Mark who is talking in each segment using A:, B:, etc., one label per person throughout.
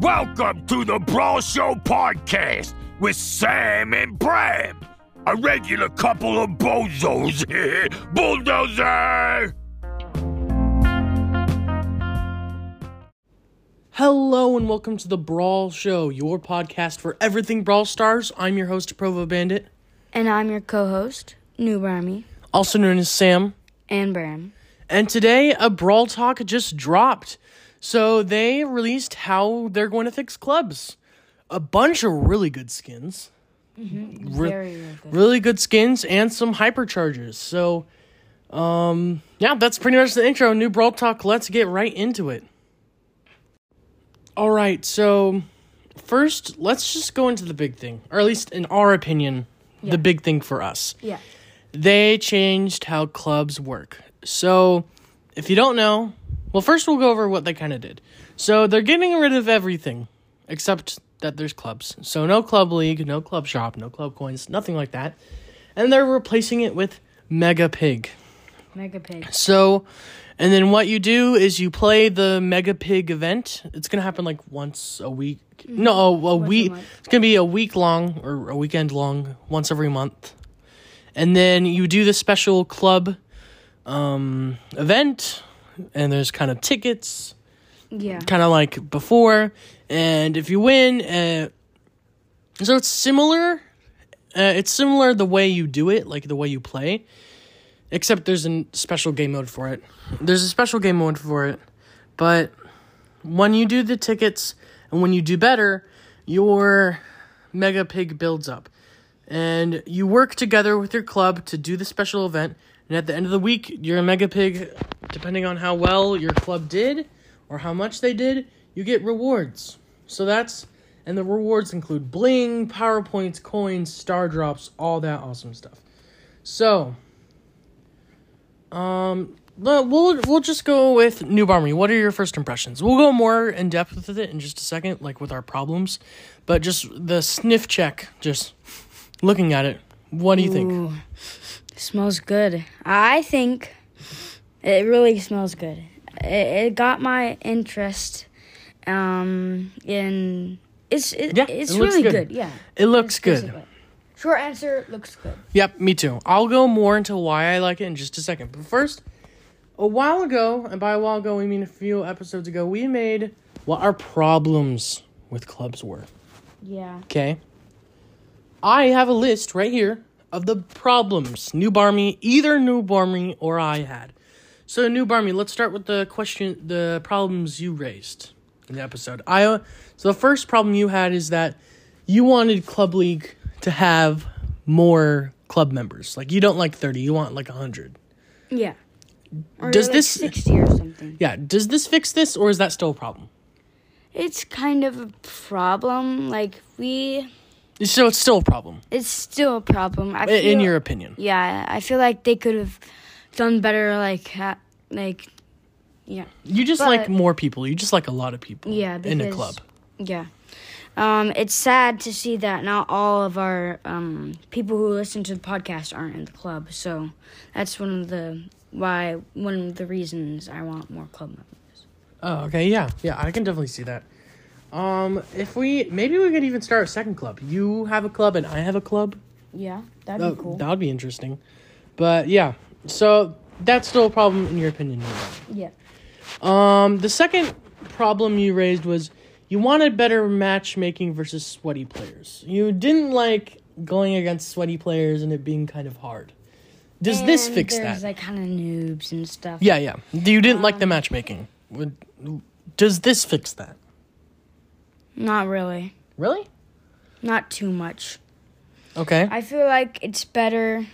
A: Welcome to the Brawl Show podcast with Sam and Bram, a regular couple of bozos. Bulldozer!
B: Hello and welcome to the Brawl Show, your podcast for everything Brawl Stars. I'm your host, Provo Bandit,
C: And I'm your co host, Noob Army,
B: also known as Sam.
C: and Bram.
B: And today, a Brawl Talk just dropped. So they released how they're going to fix clubs. A bunch of really good skins. Re- Really good skins and some hyperchargers. So, um, yeah, that's pretty much the intro. New Brawl Talk. Let's get right into it. All right. So, first, let's just go into the big thing, or at least in our opinion, the big thing for us
C: Yeah.
B: they changed how clubs work. So, if you don't know, well, first we'll go over what they kind of did. So, they're getting rid of everything except that there's clubs. So, no club league, no club shop, no club coins, nothing like that. And they're replacing it with Mega Pig.
C: Mega Pig.
B: So, and then what you do is you play the Mega Pig event. It's gonna happen like once a week. No, a, a week.
C: month.
B: It's gonna be a week long or a weekend long, once every month. And then you do the special club um, event, and there's kind of tickets
C: Yeah.
B: kind of like before. And if you win, uh, so it's similar. Uh, it's similar the way you do it, like the way you play, except there's a special game mode for it. There's a special game mode for it, but when you do the tickets and when you do better, your mega pig builds up. And you work together with your club to do the special event. And at the end of the week, your mega pig, depending on how well your club did or how much they did, you get rewards. So that's. And the rewards include bling, power points, coins, star drops, all that awesome stuff. So. um, Well, we'll we'll just go with Noob Army. What are your first impressions? We'll go more in depth with it in just a second, like with our problems, but just the sniff check, just looking at it. What do you think?
C: Smells good. I think it really smells good. It, it got my interest um, in. It's it,
B: Yeah,
C: it's
B: it looks
C: really
B: good.
C: good. Yeah.
B: It looks good.
C: Basically. Short answer looks good.
B: Yep, me too. I'll go more into why I like it in just a second. But first, a while ago, and by a while ago we mean a few episodes ago, we made what our problems with clubs were.
C: Yeah.
B: Okay. I have a list right here of the problems New Barmy, either New Barmy or I had. So New Barmy, let's start with the question, the problems you raised in the episode. I uh, so the first problem you had is that you wanted Club League to have more club members. Like you don't like thirty, you want like hundred.
C: Yeah. Or
B: Does
C: like
B: this-
C: 60 or something.
B: Yeah. Does this fix this, or is that still a problem?
C: It's kind of a problem. Like, we.
B: So it's still a problem
C: It's still a problem. I
B: i- in
C: feel-
B: your opinion.
C: Yeah, I feel like they could have done better. Like, ha- like, yeah,
B: You just
C: But-
B: like more people. You just like a lot of people.
C: yeah.
B: in a club.
C: Yeah, um, it's sad to see that not all of our um, people who listen to the podcast aren't in the club. So that's one of the why one of the reasons I want more club members.
B: Oh, okay, yeah, yeah, I can definitely see that. Um, if we maybe we could even start a second club. You have a club and I have a club.
C: Yeah, that'd
B: That, Oh, that would be interesting. But yeah, so that's still a problem in your opinion. Nina.
C: yeah,
B: Um, the second problem you raised was you wanted better matchmaking versus sweaty players. You didn't like going against sweaty players and it being kind of hard. Does this fix that?
C: There's like Um, kind of noobs and stuff.
B: yeah, yeah. You didn't like the matchmaking. Would- Does this fix that?
C: not really,
B: Really?
C: not too much.
B: Okay.
C: I feel like it's better.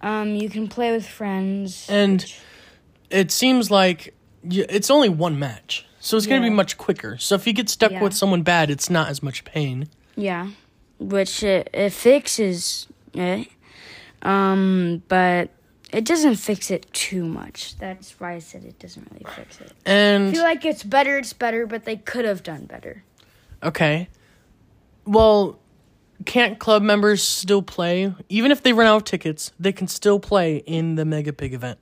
C: Um, you can play with friends.
B: and it seems like y it's only one match so it's going to be
C: Yeah.
B: much quicker so if you get stuck
C: Yeah.
B: with someone bad it's not as much pain
C: Yeah, which it, it fixes it, um, but it doesn't fix it too much. That's why I said it doesn't really fix it. I
B: and
C: feel like it's better. It's better, but they could have done better.
B: okay well can't club members still play even if they run out of tickets they can still play in the mega pig event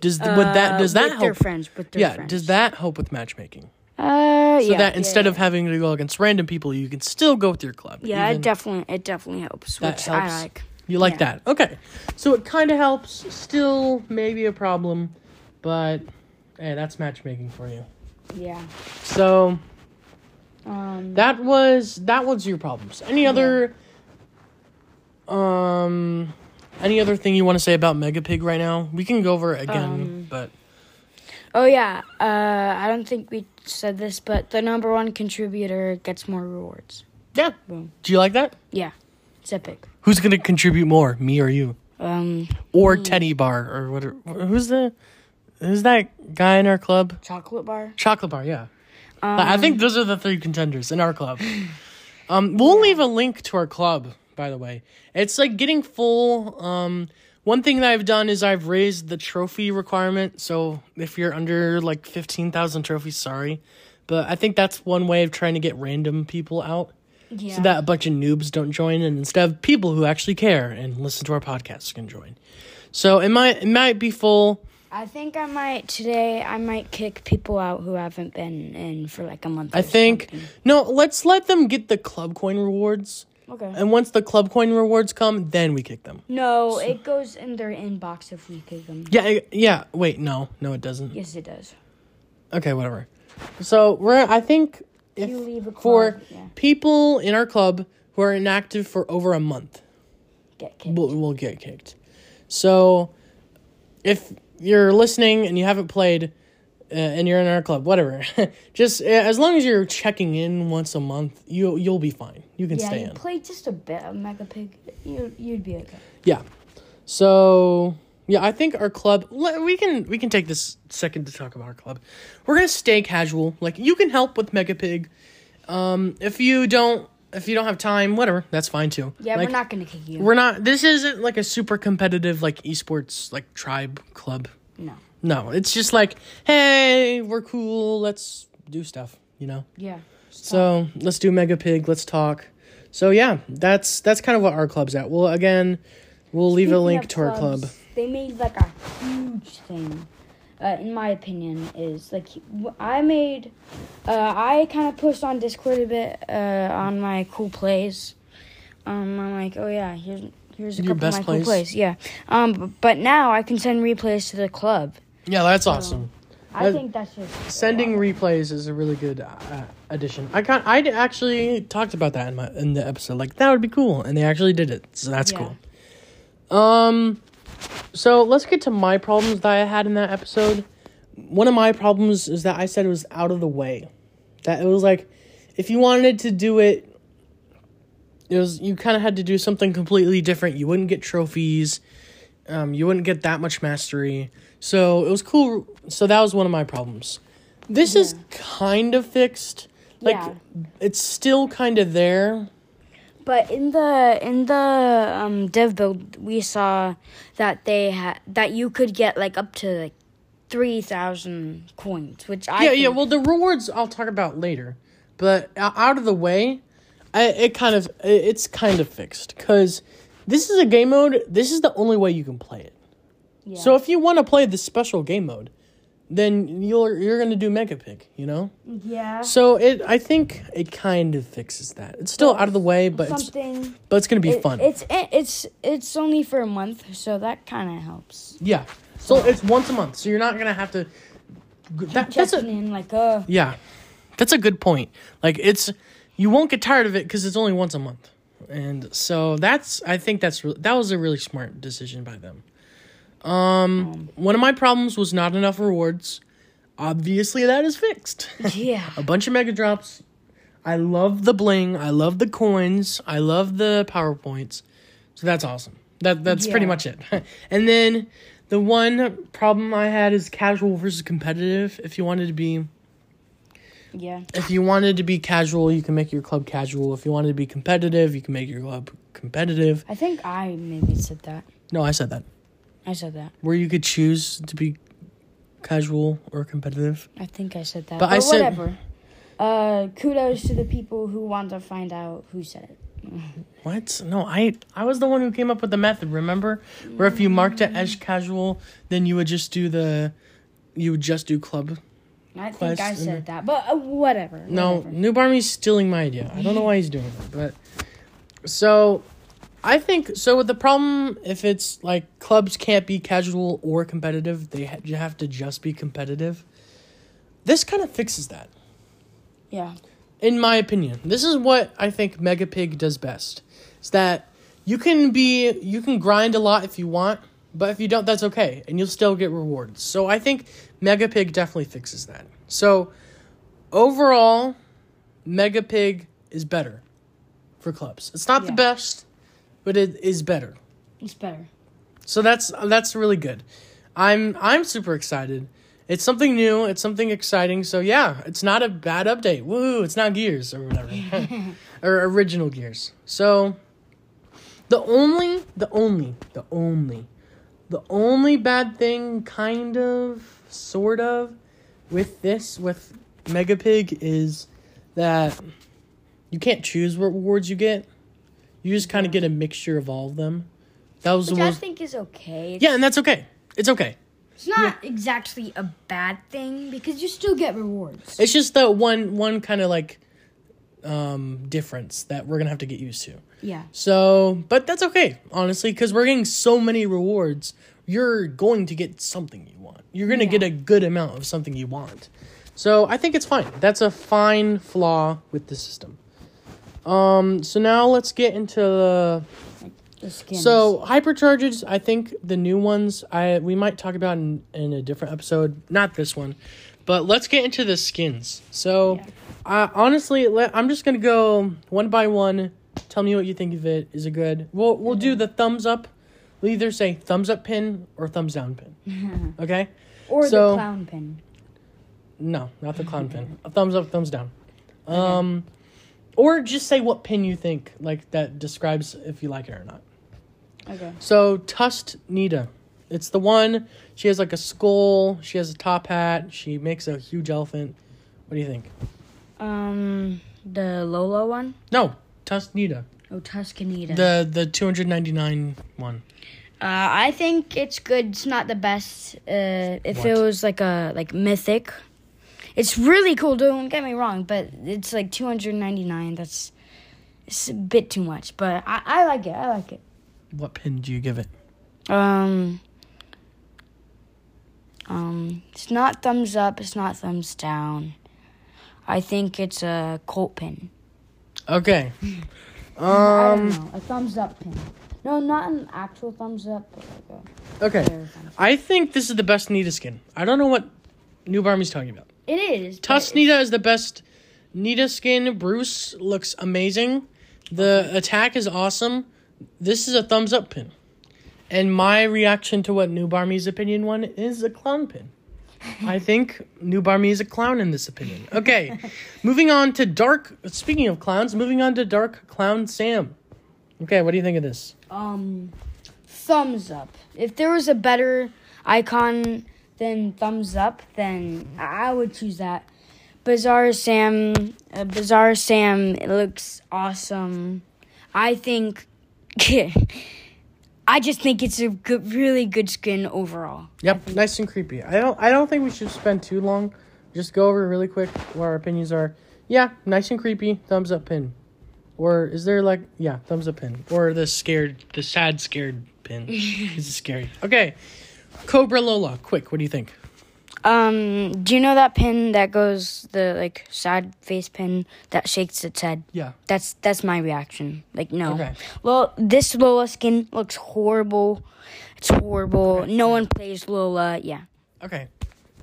B: does th- would that does
C: Uh,
B: that
C: with
B: help
C: their friends? With their
B: yeah
C: friends.
B: does that help with matchmaking
C: Uh, But
B: so
C: yeah,
B: that
C: yeah,
B: instead
C: yeah.
B: of having to go against random people, you can still go with your club.
C: yeah, it
B: even-
C: definitely it definitely helps,
B: that
C: which I
B: helps.
C: like.
B: You like
C: Yeah.
B: that. Okay. So it kind of helps. Still maybe a problem, but hey, that's matchmaking for you.
C: Yeah.
B: So
C: Um,
B: that was that was your problems. Any other um any other thing you want to say about Mega Pig right now? We can go over it again,
C: Um,
B: but
C: oh yeah. Uh, I don't think we said this, but the number one contributor gets more rewards.
B: yeah.
C: Boom.
B: Do you like that?
C: Yeah, it's epic.
B: Who's going to contribute more, me or you?
C: Um,
B: Or Teddy Bar or what who's the who's that guy in our club?
C: chocolate bar.
B: Chocolate bar, yeah. I I think those are the three contenders in our club. Um, we'll leave a link to our club, by the way. It's like getting full. Um, one thing that I've done is I've raised the trophy requirement. So if you're under like 15,000 trophies, sorry. But I think that's one way of trying to get random people out
C: Yeah.
B: so that a bunch of noobs don't join and instead of people who actually care and listen to our podcast can join. So it might, it might be full.
C: I think I might today. I might kick people out who haven't been in for like a month.
B: I think no. Let's let them get the club coin rewards,
C: Okay.
B: and once the club coin rewards come, then we kick them.
C: no, it goes in their inbox if we kick them.
B: Yeah, I- yeah. Wait, no, no, it doesn't.
C: Yes, it does.
B: Okay, whatever. So we're. I think if
C: You leave a
B: for
C: club, yeah.
B: people in our club who are inactive for over a month,
C: Get kicked.
B: we'll, we'll get kicked. So if you're listening and you haven't played. Uh, and you're in our club, whatever. Just uh, as long as you're checking in once a month, you you'll be fine. You can
C: yeah,
B: stay
C: you
B: in.
C: play just a bit of Mega Pig. You you'd be okay.
B: Yeah. So yeah, I think our club. le- We can we can take this second to talk about our club. We're gonna stay casual. Like you can help with Mega Pig. Um, if you don't if you don't have time, whatever, that's fine too.
C: Yeah,
B: Like,
C: we're not gonna kick you.
B: We're not. This isn't like a super competitive like esports like tribe club.
C: No.
B: No, it's just like hey, we're cool. Let's do stuff. You know.
C: Yeah.
B: So let's do Mega Pig. Let's talk. So yeah, that's that's kind of what our club's at. Well, again, we'll leave a
C: Speaking
B: link
C: of
B: to our
C: clubs,
B: club.
C: They made like a huge thing. Uh, in my opinion, is like wh- I made. Uh, I kind of post on Discord a bit uh, on my cool plays. Um, I'm like, oh yeah, here's here's a
B: Your
C: couple of
B: best
C: my
B: plays?
C: cool plays. Yeah. Um, b- but now I can send replays to the club.
B: Yeah, that's awesome.
C: I
B: Uh,
C: think that's just
B: Sending replays is a really good uh, addition. I can I actually talked about that in my in the episode. Like that would be cool, and they actually did it. So that's
C: Yeah.
B: cool. Um, so let's get to my problems that I had in that episode. One of my problems is that I said it was out of the way. That it was like, if you wanted to do it, it was you kind of had to do something completely different. You wouldn't get trophies. Um, you wouldn't get that much mastery. So it was cool. So that was one of my problems. This is kind of fixed. Like
C: Yeah.
B: it's still kind of there.
C: But in the in the um, dev build, we saw that they had that you could get like up to like three thousand coins, which I
B: yeah, yeah.
C: think-
B: Well, the rewards I'll talk about later, but o- out of the way, I, it kind of i- it's kind of fixed because this is a game mode. This is the only way you can play it. So if you want to play the special game mode, then you're you're gonna do Mega Pick, you know.
C: yeah
B: So it I think it kind of fixes that. It's still out of the way, but it's
C: something.
B: but it's gonna be
C: It,
B: fun.
C: it's it, it's it's only for a month, so that kind of helps.
B: yeah. So it's once a month, so you're not gonna have to. That, that's a,
C: Checking in like uh
B: Yeah, that's a good point. Like it's you won't get tired of it because it's only once a month, and so that's I think that's re- that was a really smart decision by them. Um, one of my problems was not enough rewards. Obviously, that is fixed.
C: yeah
B: a bunch of mega drops. I love the bling. I love the coins. I love the powerpoints. So that's awesome. That that's pretty
C: Yeah.
B: much it. and then the one problem I had is casual versus competitive. If you wanted to be
C: yeah
B: if you wanted to be casual, you can make your club casual. If you wanted to be competitive, you can make your club competitive.
C: I think I maybe said that
B: No, I said that.
C: I said that
B: Where you could choose to be casual or competitive.
C: I think I said that
B: But
C: but,
B: I said-
C: whatever. Uh, kudos to the people who want to find out who said it.
B: What? No, I I was the one who came up with the method, remember? Where if you marked it as casual, then you would just do the you would just do club
C: I think
B: Quest
C: I
B: and-
C: said that, but uh, whatever.
B: No,
C: whatever.
B: Noob Army's stealing my idea. I don't know why he's doing it, but so I think so. With the problem, if it's like clubs can't be casual or competitive, they ha- you have to just be competitive. This kind of fixes that,
C: Yeah.
B: in my opinion. This is what I think Mega Pig does best: is that you can be you can grind a lot if you want, but if you don't, that's okay, and you'll still get rewards. So I think Mega Pig definitely fixes that. So overall, Mega Pig is better for clubs. It's not the
C: Yeah.
B: best, but it is better.
C: It's better.
B: So that's that's really good. I'm I'm super excited. It's something new. It's something exciting. So yeah, it's not a bad update. Woo! It's not Gears or whatever, or original Gears. So the only, the only, the only, the only bad thing, kind of, sort of, with this with Mega Pig is that you can't choose what rewards you get. You just kind of get a mixture of all of them. That was
C: Which
B: the
C: I
B: most.
C: think is okay. It's,
B: Yeah, and that's okay. It's okay.
C: It's not exactly a bad thing because you still get rewards.
B: It's just the one one kind of like um difference that we're going to have to get used to.
C: Yeah.
B: So, but that's okay, honestly, cuz we're getting so many rewards, you're going to get something you want. You're going to
C: Yeah.
B: get a good amount of something you want. So, I think it's fine. That's a fine flaw with the system. Um so now let's get into the
C: The skins.
B: So hypercharges, I think the new ones I we might talk about in, in a different episode, not this one. But let's get into the skins. So, I honestly, let, I'm just gonna go one by one. Tell me what you think of it. Is it good? We'll we'll do the thumbs up. We'll either say thumbs up pin or thumbs down pin. okay?
C: or
B: so-
C: the clown pin.
B: No, not the clown pin. A thumbs up, thumbs down. Um, or just say what pin you think like that describes if you like it or not.
C: Okay.
B: So Tust Nita. It's the one she has like a skull, she has a top hat, she makes a huge elephant. What do you think?
C: Um, the Lola one.
B: No, Tust Nita.
C: Oh, Tuscanita.
B: The the 299 one.
C: Uh, I think it's good. It's not the best. Uh, if it
B: What?
C: was like a like mythic, it's really cool. Don't get me wrong, but it's like two hundred ninety nine. That's it's a bit too much, but I, I like it. I like it.
B: What pin do you give it?
C: Um, um, it's not thumbs up. It's not thumbs down. I think it's a Colt pin.
B: Okay.
C: I don't know, a thumbs up pin. No, not an actual thumbs up. But like
B: Okay. I think this is the best Nita skin. I don't know what New Barmy's talking about.
C: a, it is but
B: Tust
C: it's-
B: Nita is the best Nita skin. Bruce looks amazing. The attack is awesome. This is a thumbs up pin. And my reaction to what Noob Army's opinion one is a clown pin. I think Noob Army is a clown in this opinion. Okay, moving on to Dark. Speaking of clowns, moving on to Dark Clown Sam. Okay, what do you think of this?
C: um thumbs up. If there was a better icon than thumbs up, then I would choose that. Bizarre Sam, uh, Bizarre Sam it looks awesome. I think I just think it's a good, really good skin overall.
B: Yep, nice and creepy. I don't I don't think we should spend too long. Just go over really quick what our opinions are. Yeah, nice and creepy, thumbs up pin. Or is there like yeah, thumbs up pin. Or the scared the sad scared pin. this is scary. Okay. Cobra Lola, quick, what do you think?
C: Um, do you know that pin that goes the like sad face pin that shakes its head?
B: Yeah.
C: That's that's my reaction. Like no.
B: Okay.
C: Well, this Lola skin looks horrible. It's horrible. No one plays Lola. Yeah.
B: Okay.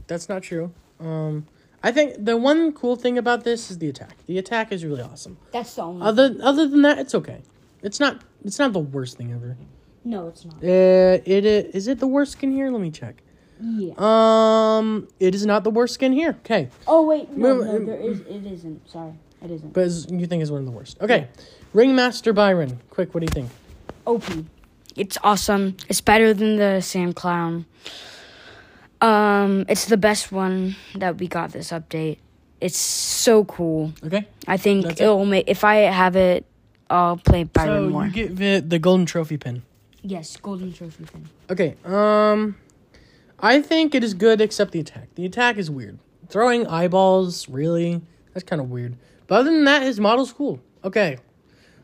B: That's not true. Um I think the one cool thing about this is the attack. The attack is really awesome.
C: That's the only.
B: Other other than that, it's okay. It's not it's not the worst thing ever.
C: no, it's not.
B: Uh, it i- is it the worst skin here? Let me check.
C: Yeah.
B: Um, it is not the worst skin here. Okay,
C: oh wait, no,
B: Move-
C: no, there is. It isn't. Sorry, it isn't.
B: but is, you think is one of the worst. Okay, Ringmaster Byron. Quick, what do you think?
C: OP. It's awesome. It's better than the Sam Clown. Um, it's the best one that we got this update. It's so cool.
B: Okay,
C: I think
B: That's it.
C: it'll make if I have it, I'll play Byron
B: so
C: more.
B: you get the, the golden trophy pin.
C: yes, golden trophy pin.
B: Okay, um, I think it is good except the attack. The attack is weird. throwing eyeballs, really? That's kind of weird. But other than that, his model's cool. Okay,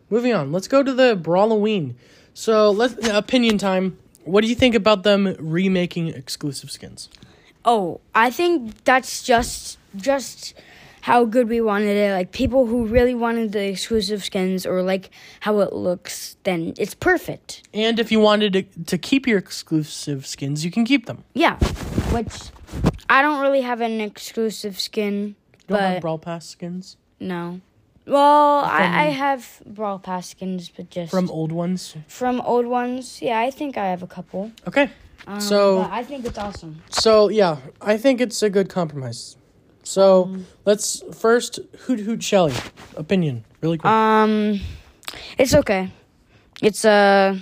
B: moving on. Let's go to the Brawloween. So let's uh, opinion time. What do you think about them remaking exclusive skins?
C: Oh, I think that's just just how good we wanted it. Like people who really wanted the exclusive skins or like how it looks, then it's perfect.
B: And if you wanted to, to keep your exclusive skins, you can keep them.
C: Yeah, which I don't really have an exclusive skin,
B: You don't have
C: but
B: Brawl Pass skins
C: no. Well, I, I have brawl pass skins, but just
B: from old ones.
C: from old ones. Yeah, I think I have a couple.
B: Okay.
C: Um,
B: So-
C: but I think it's awesome.
B: So yeah, I think it's a good compromise. So let's first hoot hoot Shelly opinion really quick.
C: Um, it's okay. It's uh,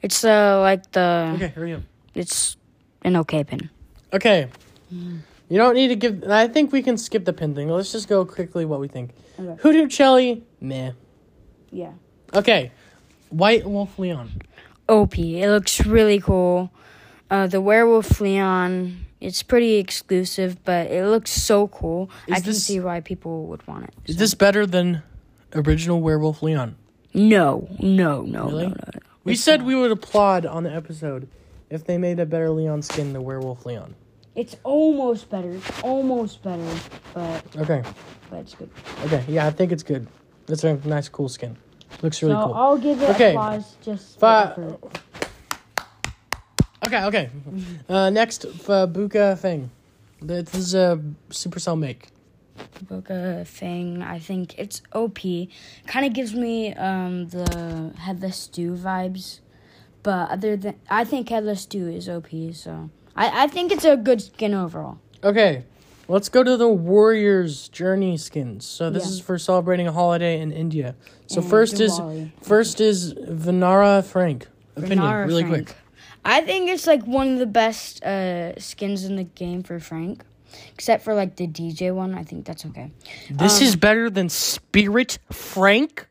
C: it's uh like the
B: okay, hurry up.
C: it's an okay pin.
B: Okay. You don't need to give. I think we can skip the pin thing. Let's just go quickly what we think.
C: Okay.
B: Hoot hoot Shelly, meh.
C: Yeah.
B: Okay. White Wolf Leon.
C: OP. It looks really cool. Uh, the werewolf Leon. It's pretty exclusive, but it looks so cool. I can
B: this-
C: see why people would want it.
B: Is this better than original Werewolf Leon?
C: No, no, no,
B: Really?
C: no, no, no.
B: We said we would applaud on the episode if they made a better Leon skin than Werewolf Leon.
C: It's almost better. It's almost better, but
B: Okay.
C: but it's good.
B: Okay. Yeah, I think it's good. It's a nice, cool skin. Looks really cool.
C: I'll give it
B: Okay. applause
C: just
B: Fi- Okay, okay. Uh, next, Fabuka thing. Th- This is a Supercell make.
C: Boca thing. I think it's OP. Kind of gives me um the headless stew vibes, but other than I think headless stew is OP. So I I think it's a good skin overall.
B: Okay, let's go to the Warriors Journey skins. So this
C: Yeah.
B: is for celebrating a holiday in India. So
C: And
B: first is
C: Diwali.
B: first is Vinara Frank. Opinion,
C: Renara
B: really
C: Frank.
B: quick.
C: I think it's like one of the best uh skins in the game for Frank, except for like the DJ one. I think that's okay.
B: This
C: Um,
B: is better than Spirit Frank.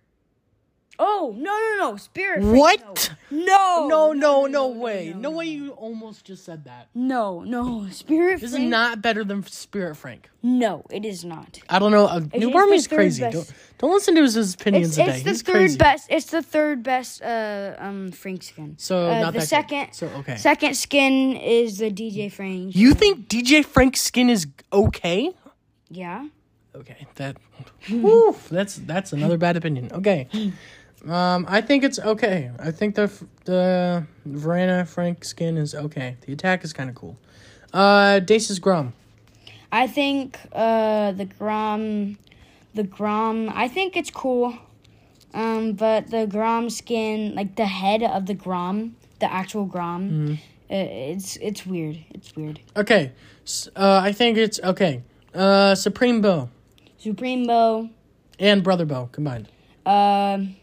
C: Oh no no no spirit. Frank,
B: What?
C: No.
B: No, no, no way! No way! You almost just said that.
C: No no spirit.
B: This is
C: Frank?
B: not better than Spirit Frank.
C: No, it is not.
B: I don't know. Uh, New
C: it's
B: Army's
C: the third
B: crazy.
C: best.
B: Don't, don't listen to his, his opinions
C: It's,
B: today.
C: it's the
B: He's
C: third
B: crazy.
C: best. It's the third best uh, um, Frank skin.
B: So
C: uh,
B: not
C: the
B: that good.
C: second.
B: So, okay.
C: Second skin is the DJ Frank.
B: You think DJ Frank's skin is okay?
C: yeah.
B: Okay, that Oof, that's that's another bad opinion. Okay. Um I think it's okay. I think the f- the Verena Frank skin is okay. The attack is kind of cool. Uh Dace's Grum.
C: I think uh, the Grom, the Grom. I think it's cool. Um, but the Grom skin, like the head of the Grom, the actual Grom,
B: Mm-hmm.
C: uh, it's it's weird. It's weird.
B: Okay. S- uh I think it's okay. Uh Supreme Bow
C: Supreme Bow.
B: and Brother Bow combined.
C: Um,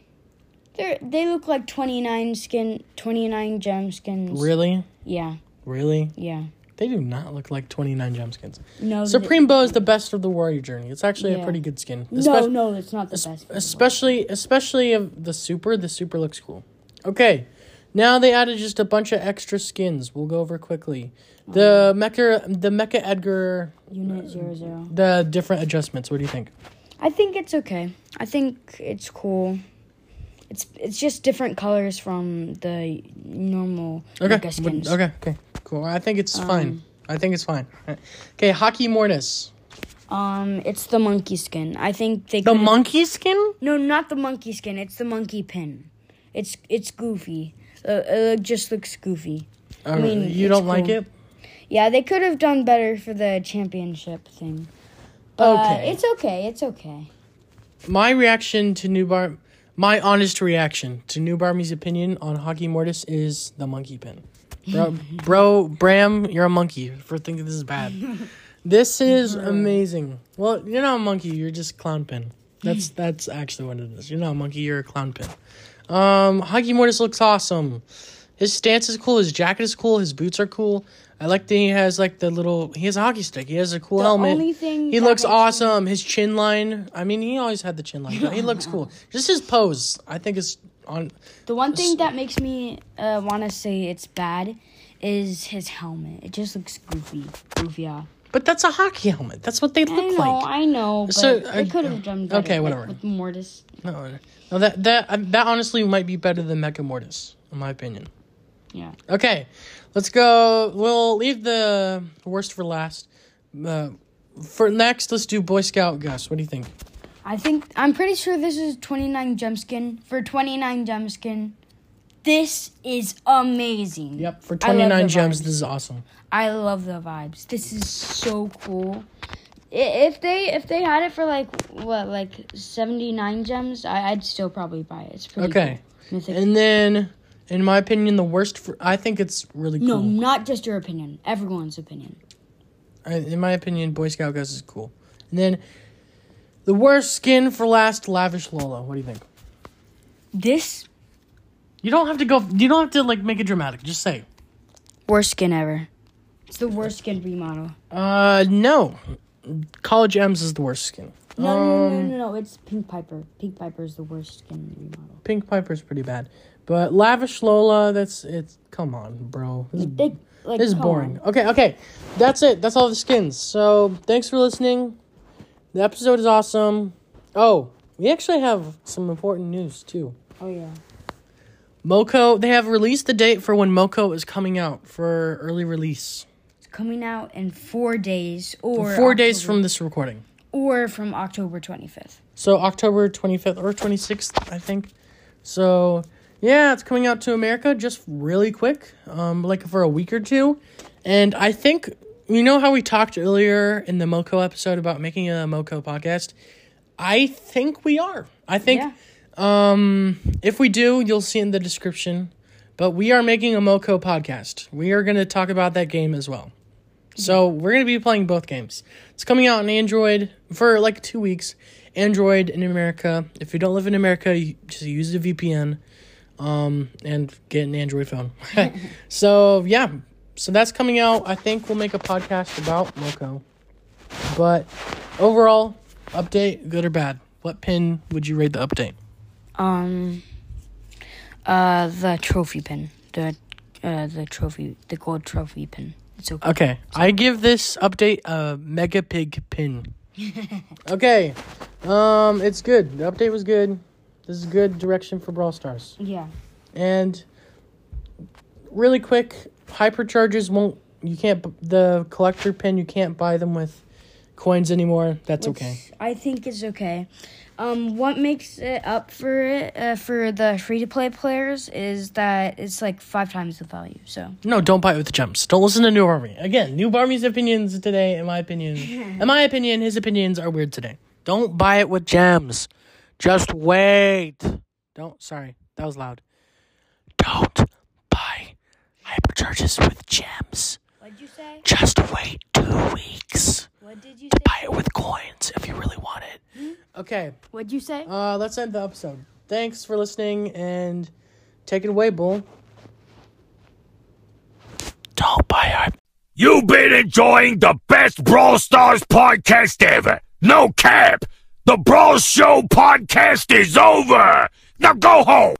C: they they look like twenty nine skin, twenty nine gem skins.
B: Really?
C: Yeah.
B: Really?
C: Yeah.
B: They do not look like 29 gem skins.
C: No. th-
B: Supreme Bow is the best of the warrior journey. It's actually a
C: Yeah.
B: pretty good skin.
C: no,
B: Espec-
C: no, it's not the best.
B: especially especially of the super the super looks cool okay now they added just a bunch of extra skins we'll go over quickly the
C: Um,
B: mecha the mecha edgar
C: Unit zero zero.
B: the different adjustments what do you think
C: I think it's okay. I think it's cool. It's it's just different colors from the normal
B: okay
C: Mega
B: what-
C: skins.
B: okay okay cool i think it's fine i think it's fine okay hockey mortis
C: Um, it's the monkey skin. I think they
B: the
C: could've-
B: monkey skin
C: no, not the monkey skin. It's the monkey pin. It's it's goofy. Uh, it just looks goofy.
B: I
C: mean,
B: Uh, you
C: it's
B: don't like it
C: cool. Yeah, they could have done better for the championship thing. But
B: Okay.
C: It's okay. It's okay.
B: my reaction to new bar my honest reaction to new barmy's opinion on hockey mortis is the monkey pin bro, bro bram you're a monkey for thinking this is bad this is amazing well you're not a monkey you're just clown pin that's that's actually what it is you're not a monkey you're a clown pin um hockey mortis looks awesome his stance is cool his jacket is cool his boots are cool I like that he has like the little. He has a hockey stick. He has a cool
C: The
B: helmet.
C: only thing
B: he
C: that
B: looks
C: makes
B: awesome awesome. His chin line. I mean, he always had the chin line, but he looks cool. Just his pose. I think it's on.
C: The one thing that makes me uh, want to say it's bad is his helmet. It just looks goofy. Goofy off.
B: But that's a hockey helmet. That's what they
C: I
B: look
C: know,
B: like.
C: I know, but
B: So, I-
C: I could have done better.
B: okay,
C: with-
B: whatever.
C: With Mortis,
B: No, no, that that uh, that honestly might be better than Mecha Mortis, in my opinion.
C: yeah.
B: Okay, let's go. We'll leave the worst for last. Uh, for next, let's do Boy Scout Gus. What do you think?
C: I think I'm pretty sure this is 29 gemskin for 29 gemskin. This is amazing.
B: Yep, for
C: I love the
B: twenty nine gems,
C: vibes.
B: this is awesome.
C: I love the vibes. This is so cool. I- If they if they had it for like what like 79 gems, I, I'd still probably buy it. It's pretty
B: Okay,
C: cool. Mythic.
B: and then in my opinion, the worst. For, I think it's really
C: no,
B: cool.
C: not just your opinion. Everyone's opinion.
B: I- in my opinion, Boy Scout Gus is cool. And then the worst skin for last, Lavish Lola. What do you think?
C: This
B: You don't have to go. You don't have to like make it dramatic. Just say.
C: worst skin ever. It's the worst skin remodel.
B: Uh, no. College M's is the worst skin.
C: No, no,
B: Um,
C: no, no, no, no, it's Pink Piper. Pink Piper is the worst skin remodel.
B: Pink Piper's pretty bad. But Lavish Lola, that's it's come on, bro. This, is-
C: They, like,
B: this is
C: come
B: boring.
C: on.
B: Okay, okay. That's it. That's all the skins. So thanks for listening. The episode is awesome. Oh, we actually have some important news too.
C: Oh yeah.
B: Moco, they have released the date for when Moco is coming out for early release.
C: It's coming out in four days or
B: Four days
C: October-
B: from this recording.
C: or from October twenty fifth.
B: So October 25th or 26th, I think. So yeah, it's coming out to America just really quick, um, like for a week or two. And I think you know how we talked earlier in the Moco episode about making a Moco podcast. I think we are. I think
C: Yeah.
B: um, if we do, you'll see in the description. But we are making a Moco podcast. We are going to talk about that game as well. So we're gonna be playing both games. It's coming out on Android for like two weeks. Android in America. If you don't live in America, you just use a VPN, um, and get an Android phone. so yeah, so that's coming out. I think we'll make a podcast about Moco. But overall, update good or bad? What pin would you rate the update?
C: Um, uh, the trophy pin, the uh, the trophy, the gold trophy pin. It's okay.
B: Okay, I give this update a mega pig pin. okay, um, it's good. The update was good. This is good direction for Brawl Stars.
C: Yeah.
B: And really quick, hypercharges won't. You can't b- the collector pin. You can't buy them with coins anymore. That's okay.
C: I think it's okay. Um, what makes it up for it uh, for the free to play players is that it's like five times the value. So
B: No, don't buy it with gems. Don't listen to New Army. Again, New Army's opinions today, in my opinion, in my opinion, his opinions are weird today. Don't buy it with gems. Just wait. Don't. Sorry, that was loud. Don't buy hypercharges with gems.
C: what'd you say?
B: Just wait two weeks.
C: What did you
B: Buy it with coins if you really want it. Okay,
C: What'd you say?
B: uh, let's end the episode. Thanks for listening and take it away, Bull. Don't buy hyper.
A: You've been enjoying the best Brawl Stars podcast ever. No cap. The Brawl Show podcast is over. Now go home.